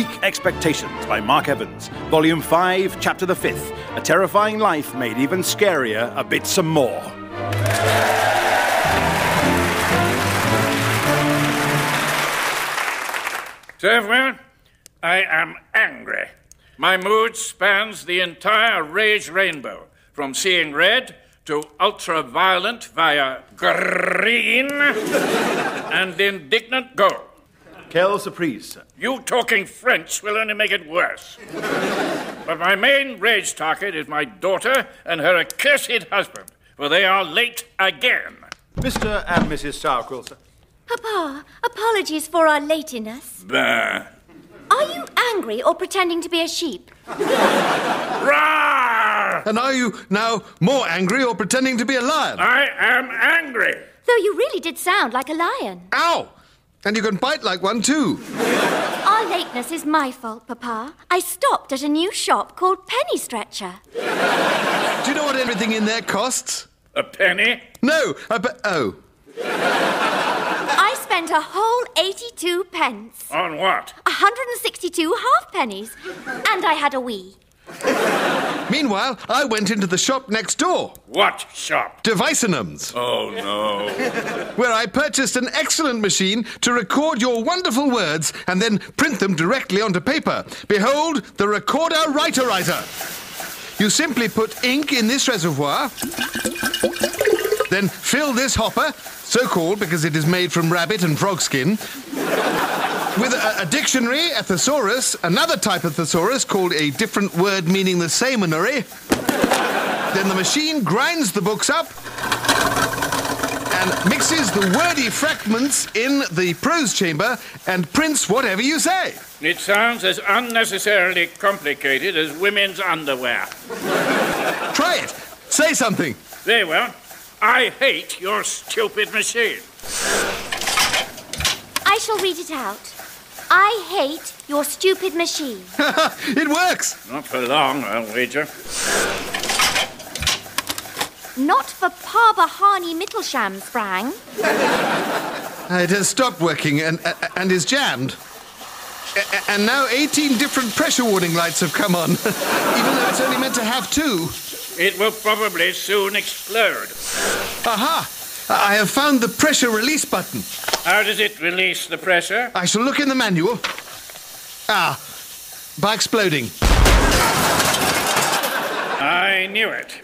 Expectations by Mark Evans, Volume 5, Chapter the Fifth A Terrifying Life Made Even Scarier, A Bit Some More. Servwell, I am angry. My mood spans the entire rage rainbow, from seeing red to ultraviolet via green and indignant gold. Kel Surprise. You talking French will only make it worse. but my main rage target is my daughter and her accursed husband, for they are late again. Mr. and Mrs. Sourquill, sir. Papa, apologies for our lateness. Bah. Are you angry or pretending to be a sheep? Rawr! And are you now more angry or pretending to be a lion? I am angry. Though you really did sound like a lion. Ow! And you can bite like one too. Our lateness is my fault, Papa. I stopped at a new shop called Penny Stretcher. Do you know what everything in there costs? A penny? No, a ba- oh. I spent a whole 82 pence, On what? 162 halfpennies, and I had a wee. Meanwhile, I went into the shop next door, What shop? Devicenum's, Oh, no. where I purchased an excellent machine to record your wonderful words and then print them directly onto paper. Behold, the recorder writer writer. You simply put ink in this reservoir, then fill this hopper, so called because it is made from rabbit and frog skin, With a, a dictionary, a thesaurus, another type of thesaurus called a different word meaning the same anary. then the machine grinds the books up and mixes the wordy fragments in the prose chamber and prints whatever you say. It sounds as unnecessarily complicated as women's underwear. Try it. Say something. Very well. I hate your stupid machine. I shall read it out. I hate your stupid machine. it works. Not for long, I'll wager. Not for Parbahani Mittelsham sprang. It has stopped working and, uh, and is jammed. A- a- And now 18 different pressure warning lights have come on, even though it's only meant to have two. It will probably soon explode. Aha! I have found the pressure release button. How does it release the pressure? I shall look in the manual. Ah, by exploding. I knew it.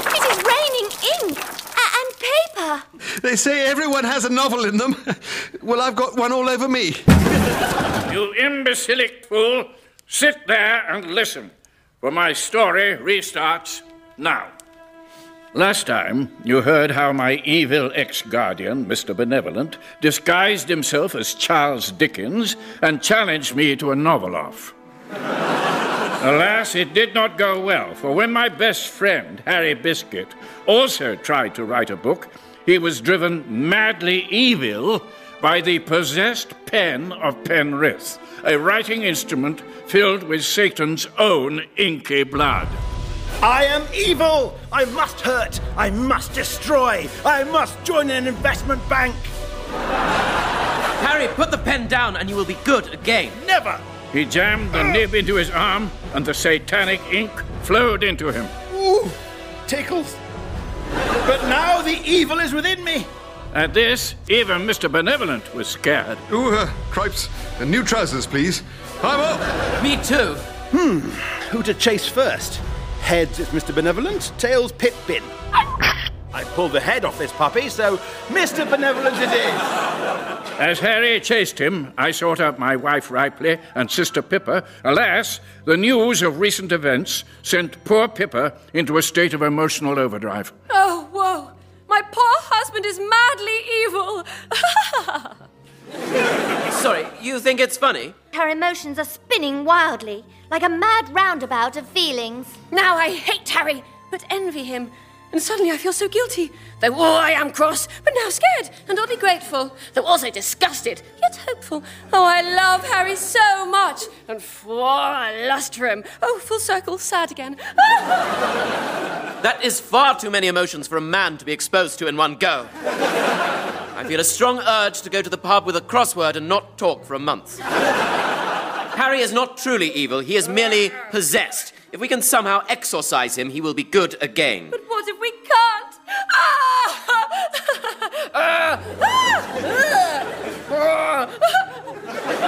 It is raining ink a- and paper. They say everyone has a novel in them. Well, I've got one all over me. You imbecilic fool! Sit there and listen, for my story restarts now. Last time, you heard how my evil ex guardian, Mr. Benevolent, disguised himself as Charles Dickens and challenged me to a novel off. Alas, it did not go well, for when my best friend, Harry Biscuit, also tried to write a book, he was driven madly evil by the possessed pen of Penrith, a writing instrument filled with Satan's own inky blood. I am evil! I must hurt! I must destroy! I must join an investment bank! Harry, put the pen down and you will be good again. Never! He jammed the nib into his arm, and the satanic ink flowed into him. Ooh! Tickles! But now the evil is within me! At this, even Mr. Benevolent was scared. Ooh, uh, cripes. And new trousers, please. I'm up. Me too. Who to chase first? Heads, it's Mr. Benevolent. Tails, Pip Bin. I pulled the head off this puppy, so Mr. Benevolent it is! As Harry chased him, I sought out my wife Ripley and sister Pippa. Alas, the news of recent events sent poor Pippa into a state of emotional overdrive. Oh, whoa! My poor husband is madly evil! Sorry, you think it's funny? Her emotions are spinning wildly, like a mad roundabout of feelings. now I hate Harry, but envy him. And suddenly I feel so guilty. Though, oh, I am cross, but now scared and oddly grateful. Though also disgusted, yet hopeful. Oh, I love Harry so much. And for I lust for him. Oh, full circle, sad again. Ah, That is far too many emotions for a man to be exposed to in one go. I feel a strong urge to go to the pub with a crossword and not talk for a month. Harry is not truly evil, he is merely possessed. If we can somehow exorcise him, he will be good again. But what if we can't? Ah! Ah! Ah!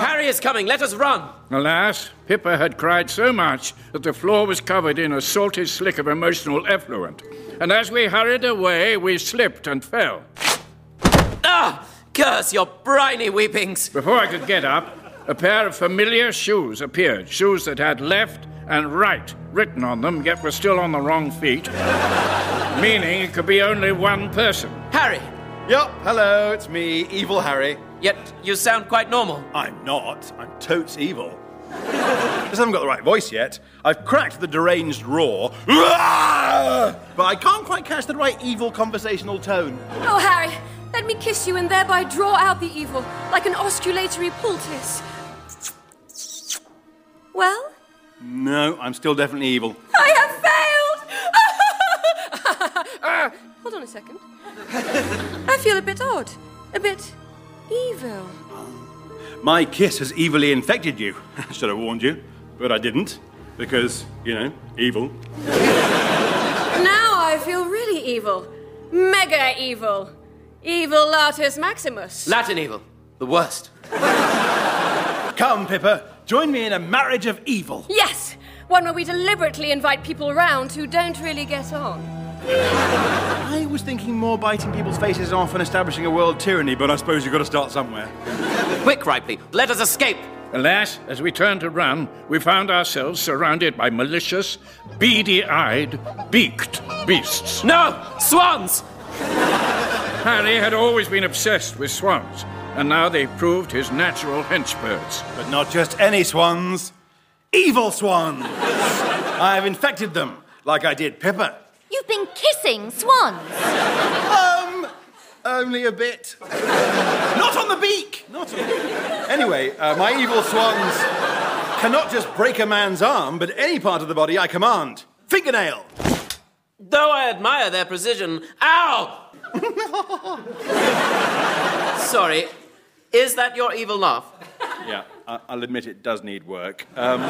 Harry is coming, let us run! Alas, Pippa had cried so much that the floor was covered in a salty slick of emotional effluent. And as we hurried away, we slipped and fell. Ah! Curse your briny weepings! Before I could get up, a pair of familiar shoes appeared. Shoes that had left and right written on them, yet were still on the wrong feet, meaning it could be only one person. Harry! Yup, hello, it's me, Evil Harry. Yet you sound quite normal. I'm not. I'm totes evil. Just haven't got the right voice yet. I've cracked the deranged roar, but I can't quite catch the right evil conversational tone. Oh, Harry, let me kiss you and thereby draw out the evil like an osculatory poultice. Well, No, I'm still definitely evil. I have failed! Ah, Hold on a second. I feel a bit odd, a bit evil. My kiss has evilly infected you. I should have warned you, but I didn't, because, you know, evil. Now I feel really evil. Mega evil. Evil Latus Maximus. Latin evil. The worst. Come, Pippa, join me in a marriage of evil. yes! One where we deliberately invite people round who don't really get on. I was thinking more biting people's faces off and establishing a world tyranny, but I suppose you've got to start somewhere. Quick, Ripley, let us escape! Alas, as we turned to run, we found ourselves surrounded by malicious, beady eyed, beaked beasts. No! Swans! Harry had always been obsessed with swans, and now they proved his natural henchbirds. But not just any swans, evil swans! I've infected them, like I did Pippa. You've been kissing swans. Um, only a bit. Not on the beak. Not on the beak. Anyway, uh, my evil swans cannot just break a man's arm, but any part of the body I command. Fingernail. Though I admire their precision. Ow! Sorry. Is that your evil laugh? Yeah, I- I'll admit it does need work. Um,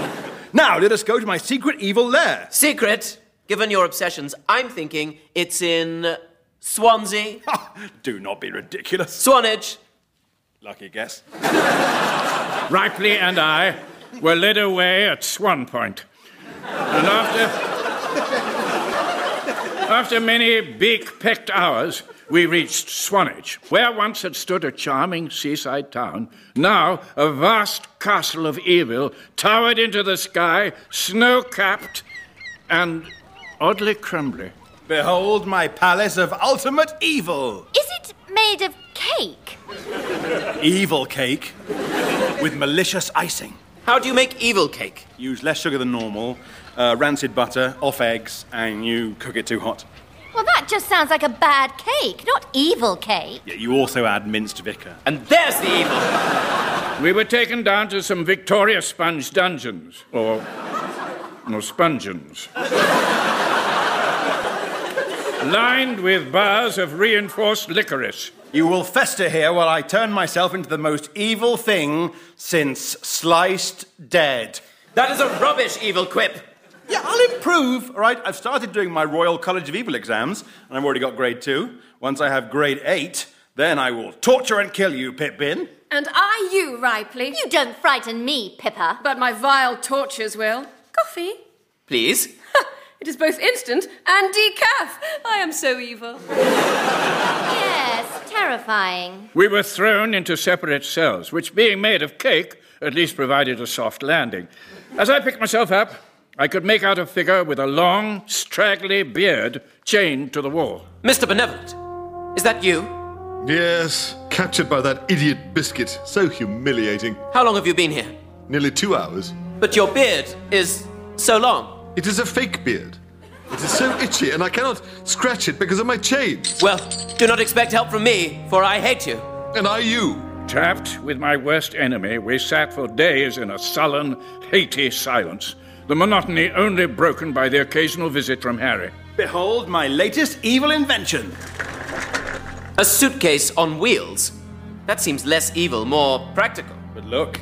now let us go to my secret evil lair. Secret, given your obsessions, I'm thinking it's in Swansea, Do not be ridiculous. Swanage. Lucky guess. Ripley and I were led away at Swan Point. And after. After many beak pecked hours, we reached Swanage, where once had stood a charming seaside town. Now, a vast castle of evil towered into the sky, snow capped and oddly crumbly. Behold my palace of ultimate evil. Is it made of cake? Evil cake with malicious icing. How do you make evil cake? Use less sugar than normal, uh, rancid butter, off eggs, and you cook it too hot. Well, that just sounds like a bad cake, not evil cake. Yeah, you also add minced vicar. And there's the evil. We were taken down to some Victoria Sponge dungeons, or, or spongeons. Lined with bars of reinforced licorice. You will fester here while I turn myself into the most evil thing since sliced dead. That is a rubbish evil quip. Yeah, I'll improve, all right? I've started doing my Royal College of Evil exams, and I've already got grade two. Once I have grade eight, then I will torture and kill you, Pip Bin. And I you, Ripley? You don't frighten me, Pippa. But my vile tortures will. Coffee? Please. It is both instant and decaf. I am so evil. Yes, terrifying. We were thrown into separate cells, which, being made of cake, at least provided a soft landing. As I picked myself up, I could make out a figure with a long, straggly beard chained to the wall. Mr. Benevolent, is that you? Yes, captured by that idiot biscuit. So humiliating. How long have you been here? Nearly two hours. But your beard is so long. It is a fake beard. It is so itchy, and I cannot scratch it because of my chains. Well, do not expect help from me, for I hate you. And I, you. Trapped with my worst enemy, we sat for days in a sullen, hatey silence, the monotony only broken by the occasional visit from Harry. Behold my latest evil invention. A suitcase on wheels. That seems less evil, more practical. But look,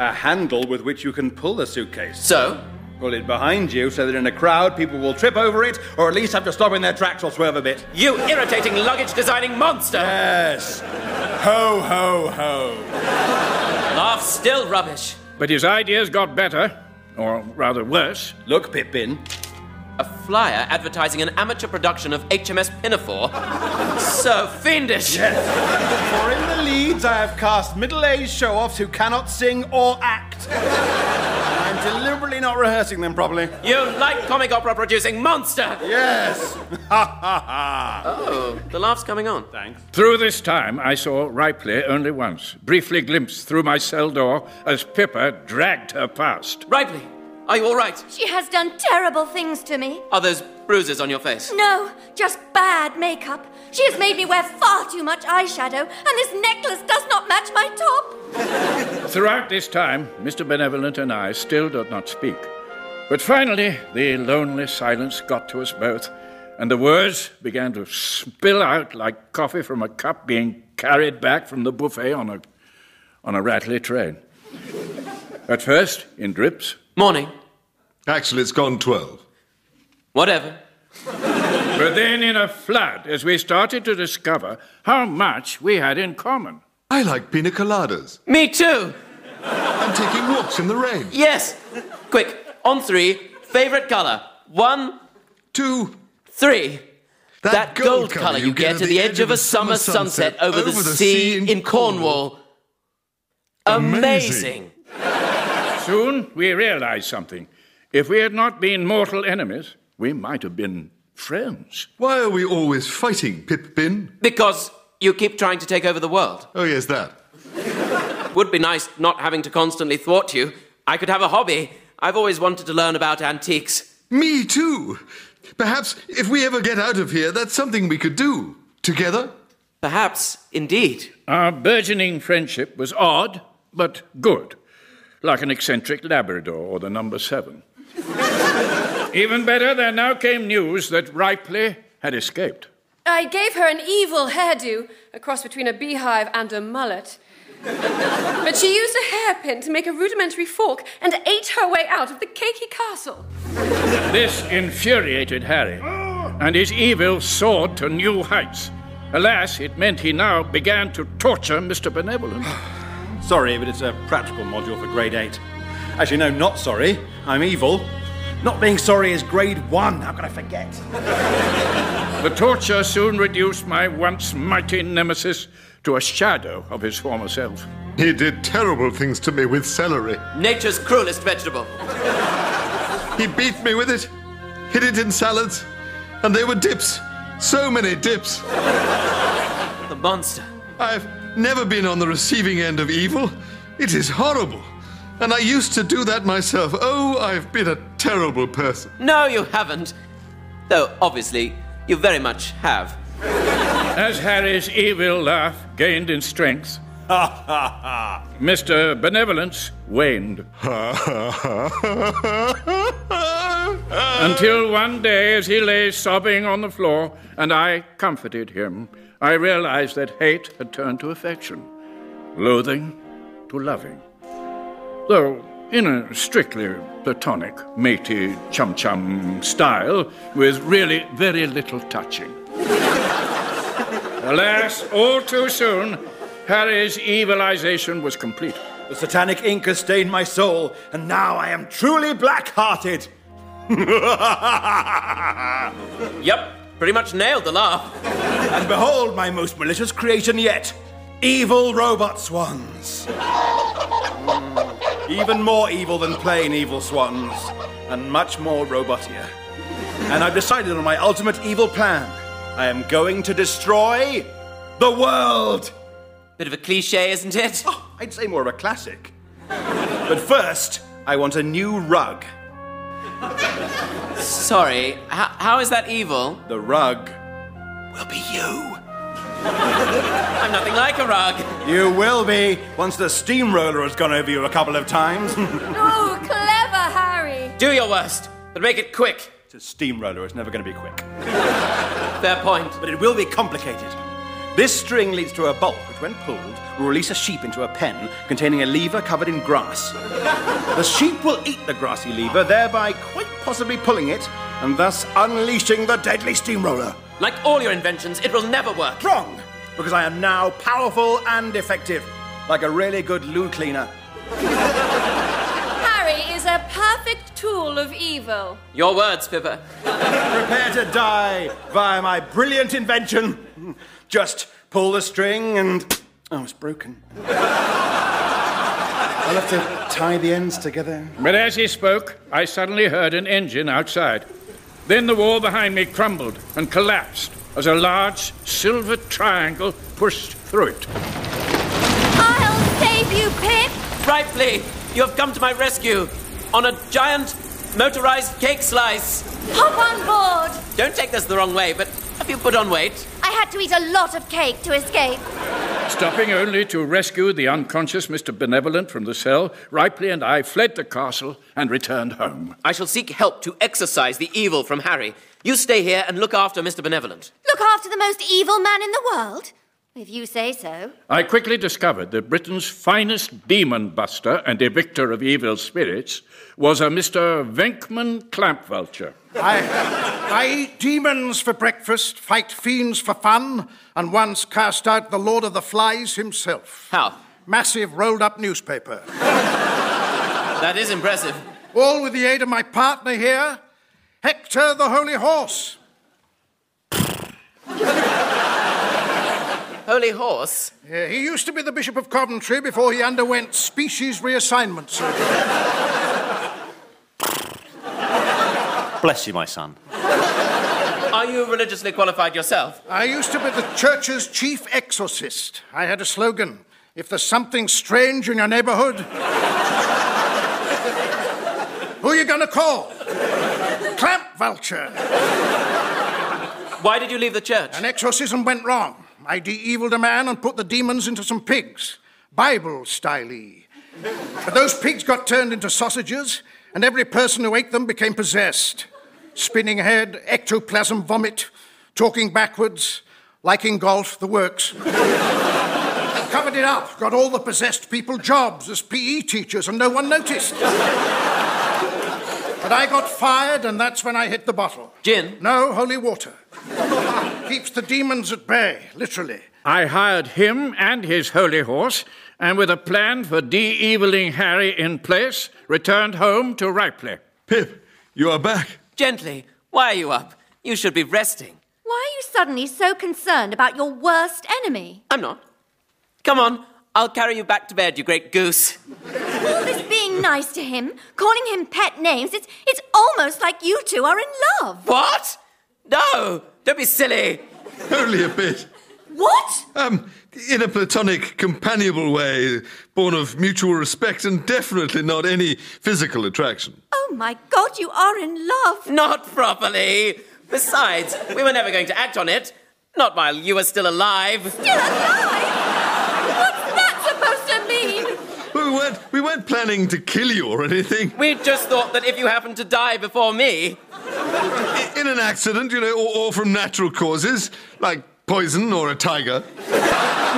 a handle with which you can pull the suitcase. So, Pull it behind you so that in a crowd people will trip over it or at least have to stop in their tracks or swerve a bit. you irritating luggage designing monster! Yes. Ho, ho, ho. Laugh still rubbish. But his ideas got better, or rather worse. Look, Pippin. A flyer advertising an amateur production of HMS Pinafore. so fiendish! For in the leads, I have cast middle aged show offs who cannot sing or act. I'm deliberately not rehearsing them properly. You like comic opera producing monster! Yes. Ha, ha, ha. Oh, the laugh's coming on. Through this time, I saw Ripley only once, briefly glimpsed through my cell door as Pippa dragged her past. Ripley, are you all right? She has done terrible things to me. Are those bruises on your face? No, just bad makeup. She has made me wear far too much eyeshadow, and this necklace does not match my top. Throughout this time, Mr. Benevolent and I still did not speak. But finally, the lonely silence got to us both, and the words began to spill out like coffee from a cup being carried back from the buffet on a, on a rattly train. At first, in drips, Morning. Actually, it's gone 12. Whatever. but then in a flood as we started to discover how much we had in common. I like pina coladas. Me too! I'm taking walks in the rain. Yes! Quick, on three, favourite colour. One, Two. three. That, gold, colour you get at the edge of a summer sunset, over, the, sea, in Cornwall. Amazing. Amazing. Soon we realized something. If we had not been mortal enemies, we might have been friends. Why are we always fighting, Pip Bin? Because you keep trying to take over the world. Oh, yes, that. Would be nice not having to constantly thwart you. I could have a hobby. I've always wanted to learn about antiques. Me too. Perhaps if we ever get out of here, that's something we could do. Together? Perhaps, indeed. Our burgeoning friendship was odd, but good, like an eccentric Labrador or the number seven. Even better, there now came news that Ripley had escaped. I gave her an evil hairdo, a cross between a beehive and a mullet. but she used a hairpin to make a rudimentary fork and ate her way out of the cakey castle. This infuriated Harry, and his evil soared to new heights. Alas, it meant he now began to torture Mr. Benevolent. Sorry, but it's a practical module for grade 8. Actually, no, not sorry. I'm evil. Not being sorry is grade 1. How can I forget? The torture soon reduced my once mighty nemesis to a shadow of his former self. He did terrible things to me with celery. Nature's cruelest vegetable. He beat me with it, hid it in salads, and they were dips. So many dips. The monster. I've never been on the receiving end of evil. It is horrible. And I used to do that myself. Oh, I've been a terrible person. No, you haven't. Though, obviously, you very much have. As Harry's evil laugh gained in strength, Mr. Benevolence waned. Until one day, as he lay sobbing on the floor and I comforted him, I realized that hate had turned to affection, loathing to loving. Though, in a strictly platonic, matey, chum chum style, with really very little touching. Alas, all too soon, Harry's evilization was complete. The satanic ink has stained my soul, and now I am truly black hearted. Yep, pretty much nailed the laugh. And behold my most malicious creation yet evil robot swans. Mm, Even more evil than plain evil swans, and much more robotier. And I've decided on my ultimate evil plan I am going to destroy the world. Bit of a cliche, isn't it? Oh, I'd say more of a classic. but first, I want a new rug. Sorry, H- how is that evil? The rug will be you. I'm nothing like a rug. You will be once the steamroller has gone over you a couple of times. Oh, clever, Harry. Do your worst, but make it quick. it's a steamroller, it's never going to be quick. Fair point. But it will be complicated. This string leads to a bolt, which, when pulled, will release a sheep into a pen containing a lever covered in grass. the sheep will eat the grassy lever, thereby quite possibly pulling it, and thus unleashing the deadly steamroller. Like all your inventions, it will never work. Wrong! Because I am now powerful and effective, like a really good loo cleaner. Harry is a perfect tool of evil. Your words, Pippa. Prepare to die via my brilliant invention. Just pull the string and. Oh, it's broken. I'll have to tie the ends together. But as he spoke, I suddenly heard an engine outside. Then the wall behind me crumbled and collapsed as a large silver triangle pushed through it. I'll save you, Pip. Rightfully, you have come to my rescue on a giant motorized cake slice. Hop on board. Don't take this the wrong way, but have you put on weight? I had to eat a lot of cake to escape. Stopping only to rescue the unconscious Mr. Benevolent from the cell, Ripley and I fled the castle and returned home. I shall seek help to exorcise the evil from Harry. You stay here and look after Mr. Benevolent. Look after the most evil man in the world. If you say so. I quickly discovered that Britain's finest demon buster and evictor of evil spirits was a Mr. Venkman Clampvulture. I eat demons for breakfast, fight fiends for fun, and once cast out the Lord of the Flies himself. How? Massive rolled up newspaper. That is impressive. All with the aid of my partner here, Hector the Holy Horse. Holy horse. Yeah, he used to be the Bishop of Coventry before he underwent species reassignment surgery. Bless you, my son. Are you religiously qualified yourself? I used to be the church's chief exorcist. I had a slogan if there's something strange in your neighborhood, who are you going to call? Clamp vulture. Why did you leave the church? An exorcism went wrong. I de-eviled a man and put the demons into some pigs, Bible style. But those pigs got turned into sausages, and every person who ate them became possessed. Spinning head, ectoplasm vomit, talking backwards, liking golf, the works. Covered it up, got all the possessed people jobs as PE teachers, and no one noticed. But I got fired, and that's when I hit the bottle. Gin? No, holy water. Keeps the demons at bay, literally. I hired him and his holy horse, and with a plan for de eviling Harry in place, returned home to Ripley. Pip, you are back. Gently. Why are you up? You should be resting. Why are you suddenly so concerned about your worst enemy? I'm not. Come on, I'll carry you back to bed, you great goose. All this being nice to him, calling him pet names, it's, it's almost like you two are in love. What? No! Don't be silly. Only a bit. What? Um, in a platonic, companionable way, born of mutual respect and definitely not any physical attraction. Oh my god, you are in love. Not properly. Besides, we were never going to act on it. Not while you were still alive. Still alive? What's that supposed to mean? We weren't, we weren't planning to kill you or anything. We just thought that if you happened to die before me, I- In an accident, you know, or, or from natural causes, like poison or a tiger.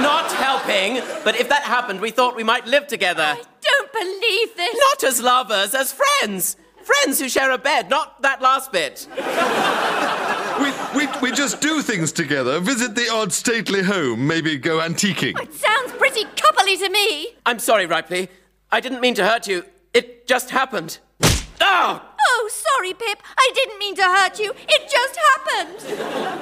not helping, but if that happened, we thought we might live together. I don't believe this. Not as lovers, as friends. Friends who share a bed, not that last bit. We, we, we just do things together, visit the odd stately home, maybe go antiquing. It sounds pretty coupley to me. I'm sorry, Ripley. I didn't mean to hurt you. It just happened. Oh! Oh, sorry, Pip. I didn't mean to hurt you. It just happened.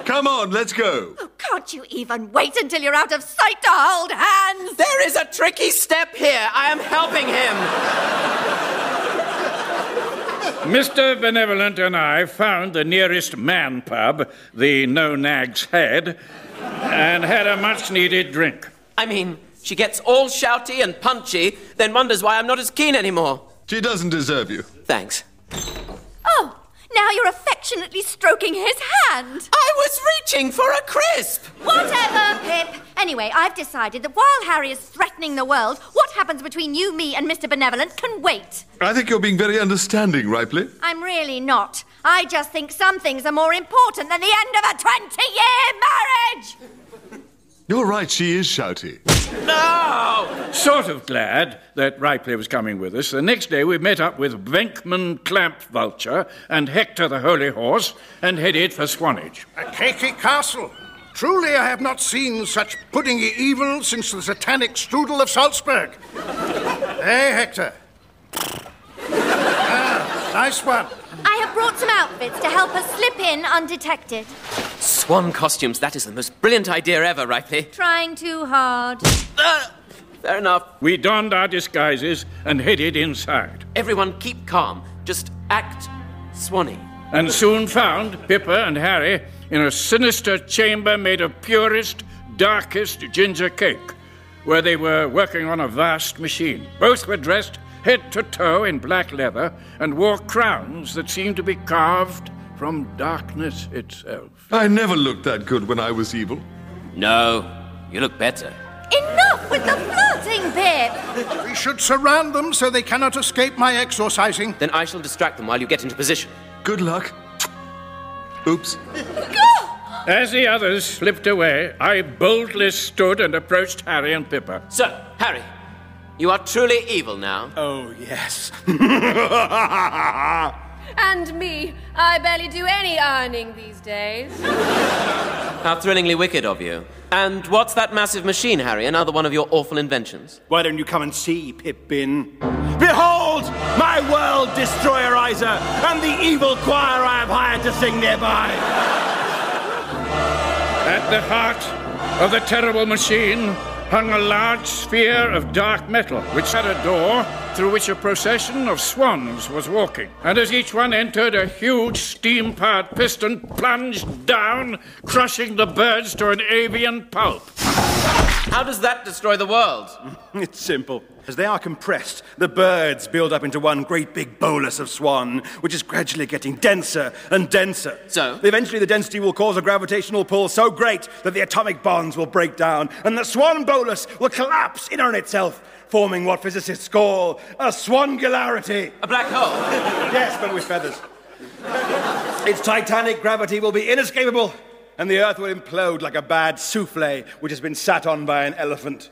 Come on, let's go. Oh, can't you even wait until you're out of sight to hold hands? There is a tricky step here. I am helping him. Mr. Benevolent and I found the nearest man pub, the No Nag's Head, and had a much needed drink. I mean, she gets all shouty and punchy, then wonders why I'm not as keen anymore. She doesn't deserve you. Thanks. Oh, now you're affectionately stroking his hand. I was reaching for a crisp. Uh, Whatever, Pip. Anyway, I've decided that while Harry is threatening the world, what happens between you, me, and Mr. Benevolent can wait. I think you're being very understanding, Ripley. I'm really not. I just think some things are more important than the end of a 20 year marriage! You're right, she is shouty. No! Sort of glad that Ripley was coming with us. The next day we met up with Venkman Clamp Vulture and Hector the Holy Horse and headed for Swanage. A cakey castle. Truly, I have not seen such puddingy evil since the satanic strudel of Salzburg. hey, Hector. Ah, nice one. I have brought some outfits to help us slip in undetected. Swan costumes, that is the most brilliant idea ever, Ripley. Trying too hard. Fair enough. We donned our disguises and headed inside. Everyone keep calm. Just act swanny. And soon found Pippa and Harry in a sinister chamber made of purest, darkest ginger cake, where they were working on a vast machine. Both were dressed head to toe in black leather and wore crowns that seemed to be carved from darkness itself. I never looked that good when I was evil. No, you look better. Enough with the flirting, Pip! We should surround them so they cannot escape my exorcising. Then I shall distract them while you get into position. Good luck. Oops. As the others slipped away, I boldly stood and approached Harry and Pippa. So, Harry, you are truly evil now. Oh, yes. And me, I barely do any ironing these days. How thrillingly wicked of you. And what's that massive machine, Harry? Another one of your awful inventions. Why don't you come and see, Pippin? Behold, my world destroyerizer and the evil choir I have hired to sing nearby. At the heart of the terrible machine hung a large sphere of dark metal, which had a door through which a procession of swans was walking. And as each one entered, a huge steam powered piston plunged down, crushing the birds to an avian pulp. How does that destroy the world? It's simple. As they are compressed, the birds build up into one great big bolus of swan, which is gradually getting denser and denser. So? Eventually, the density will cause a gravitational pull so great that the atomic bonds will break down, and the swan bolus will collapse in on itself, forming what physicists call a swangularity. A black hole. Yes, but with feathers. its titanic gravity will be inescapable, and the Earth will implode like a bad souffle which has been sat on by an elephant.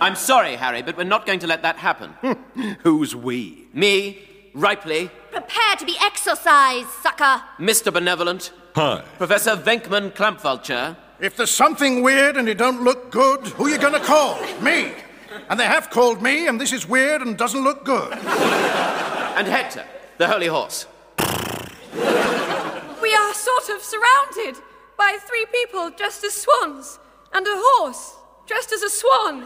I'm sorry, Harry, but we're not going to let that happen. Who's we? Me, Ripley, Prepare to be exorcised, sucker! Mr. Benevolent, Hi. Professor Venkman Clampvulture, If there's something weird and it don't look good, who you gonna call? Me. And they have called me, and this is weird and doesn't look good. and Hector, the Holy Horse. We are sort of surrounded by three people dressed as swans and a horse dressed as a swan.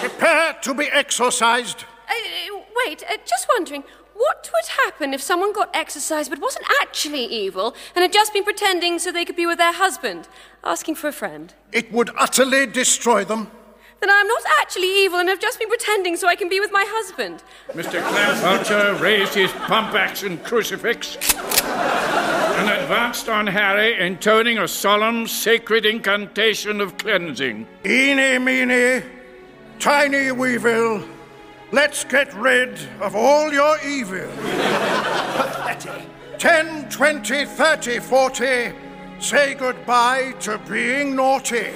Prepare to be exorcised. Uh, uh, wait, uh, just wondering, what would happen if someone got exercise but wasn't actually evil and had just been pretending so they could be with their husband, asking for a friend? It would utterly destroy them. Then I'm not actually evil and have just been pretending so I can be with my husband. Mr. Clamp Vulture raised his pump action crucifix and advanced on Harry, intoning a solemn, sacred incantation of cleansing. Eeny, meeny, tiny weevil, let's get rid of all your evil. Pathetic. 10, 20, 30, 40, say goodbye to being naughty.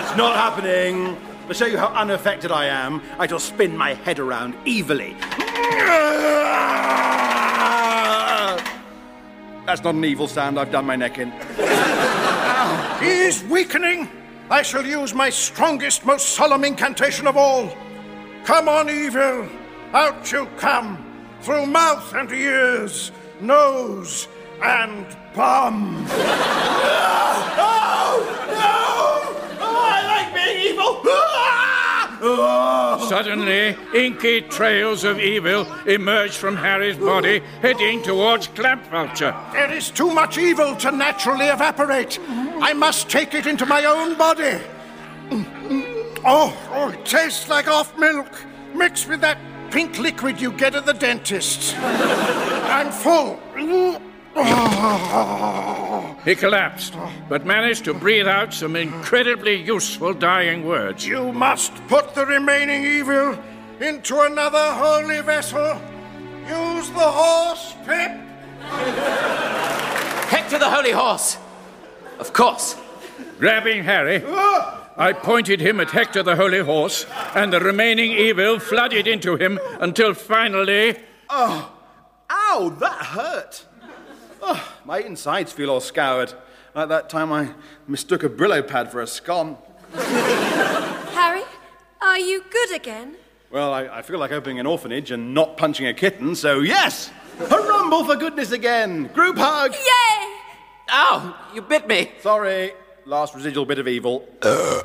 It's not happening. To show you how unaffected I am, I shall spin my head around evilly. That's not an evil sound. I've done my neck in. He is weakening. I shall use my strongest, most solemn incantation of all. Come on, evil. Out you come. Through mouth and ears, nose and bum. Suddenly, inky trails of evil emerged from Harry's body, heading towards Clamp Vulture. There is too much evil to naturally evaporate. I must take it into my own body. Oh, oh it tastes like off milk mixed with that pink liquid you get at the dentist. I'm full. He collapsed, but managed to breathe out some incredibly useful dying words. You must put the remaining evil into another holy vessel. Use the horse, Pip. Hector the Holy Horse! Of course. Grabbing Harry, I pointed him at Hector the Holy Horse, and the remaining evil flooded into him until finally. Oh, ow, that hurt. Oh, my insides feel all scoured. Like that time I mistook a Brillo pad for a scone. Harry, are you good again? Well, I, I feel like opening an orphanage and not punching a kitten, so yes! Harumble for goodness again! Group hug! Yay! Ow, you bit me. Sorry, last residual bit of evil. Uh.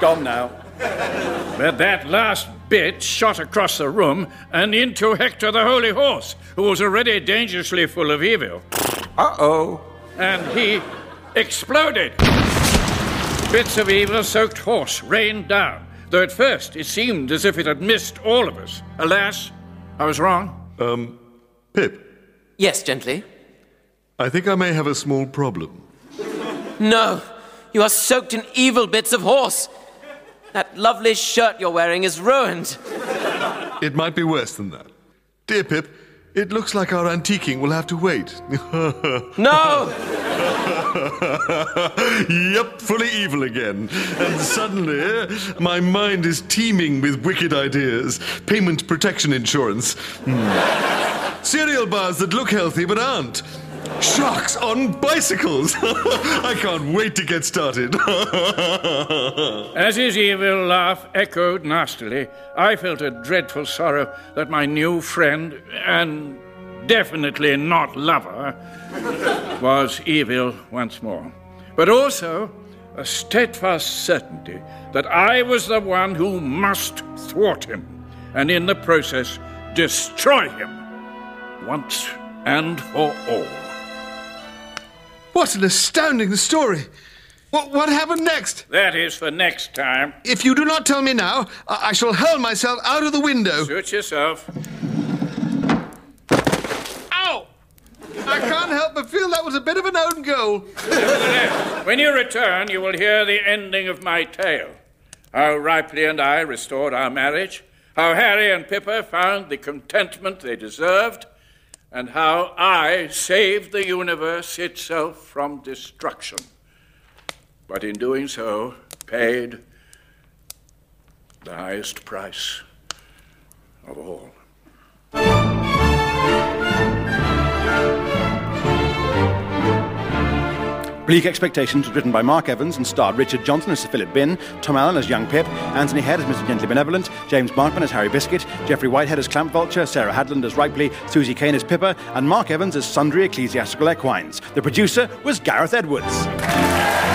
Gone now. But that last bit shot across the room and into Hector the Holy Horse, who was already dangerously full of evil. Uh oh. And he exploded. Bits of evil soaked horse rained down, though at first it seemed as if it had missed all of us. Alas, I was wrong. Um, Pip, Yes, gently. I think I may have a small problem. No, you are soaked in evil bits of horse. That lovely shirt you're wearing is ruined. It might be worse than that. Dear Pip, it looks like our antiquing will have to wait. no! yep, fully evil again. And suddenly, my mind is teeming with wicked ideas. Payment protection insurance. Hmm. Cereal bars that look healthy but aren't. Sharks on bicycles. I can't wait to get started. As his evil laugh echoed nastily, I felt a dreadful sorrow that my new friend, and definitely not lover, was evil once more. But also a steadfast certainty that I was the one who must thwart him, and in the process, destroy him once and for all. What an astounding story! What, what happened next? That is for next time. If you do not tell me now, I, I shall hurl myself out of the window. Suit yourself. Ow! I can't help but feel that was a bit of an own goal. When you return, you will hear the ending of my tale. How Ripley and I restored our marriage, how Harry and Pippa found the contentment they deserved, and how I saved the universe itself from destruction. But in doing so, paid the highest price of all. Bleak Expectations was written by Mark Evans and starred Richard Johnson as Sir Philip Bin, Tom Allen as Young Pip, Anthony Head as Mr. Gently Benevolent, James Markman as Harry Biscuit, Jeffrey Whitehead as Clamp Vulture, Sarah Hadland as Ripley, Susie Kane as Pippa, and Mark Evans as Sundry Ecclesiastical Equines. The producer was Gareth Edwards.